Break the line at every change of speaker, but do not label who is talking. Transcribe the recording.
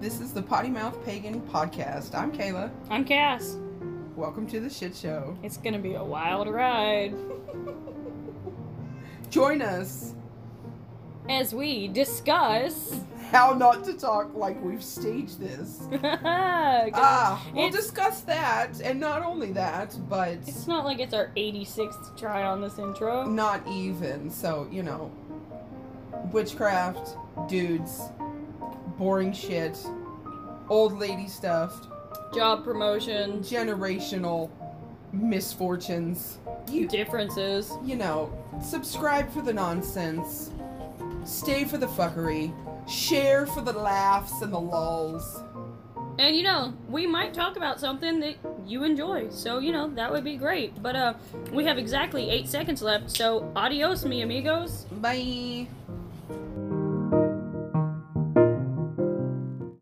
This is the Potty Mouth Pagan Podcast. I'm Kayla.
I'm Cass.
Welcome to the shit show.
It's gonna be a wild ride
Join us.
as we discuss.
How not to talk like we've staged this. Ah, we'll
It's-
discuss that, and not only that, but
it's not like it's our 86th try on this intro.
not even. So, you know, witchcraft, dudes, boring shit, old lady stuff,
Job promotions,
generational misfortunes. You
differences.
you know, subscribe for the nonsense, stay for the fuckery, share for the laughs and the lulls.
And you know, we might talk about something that you enjoy. So, you know, that would be great. But uh we have exactly 8 seconds left. So, adios, mi amigos.
Bye.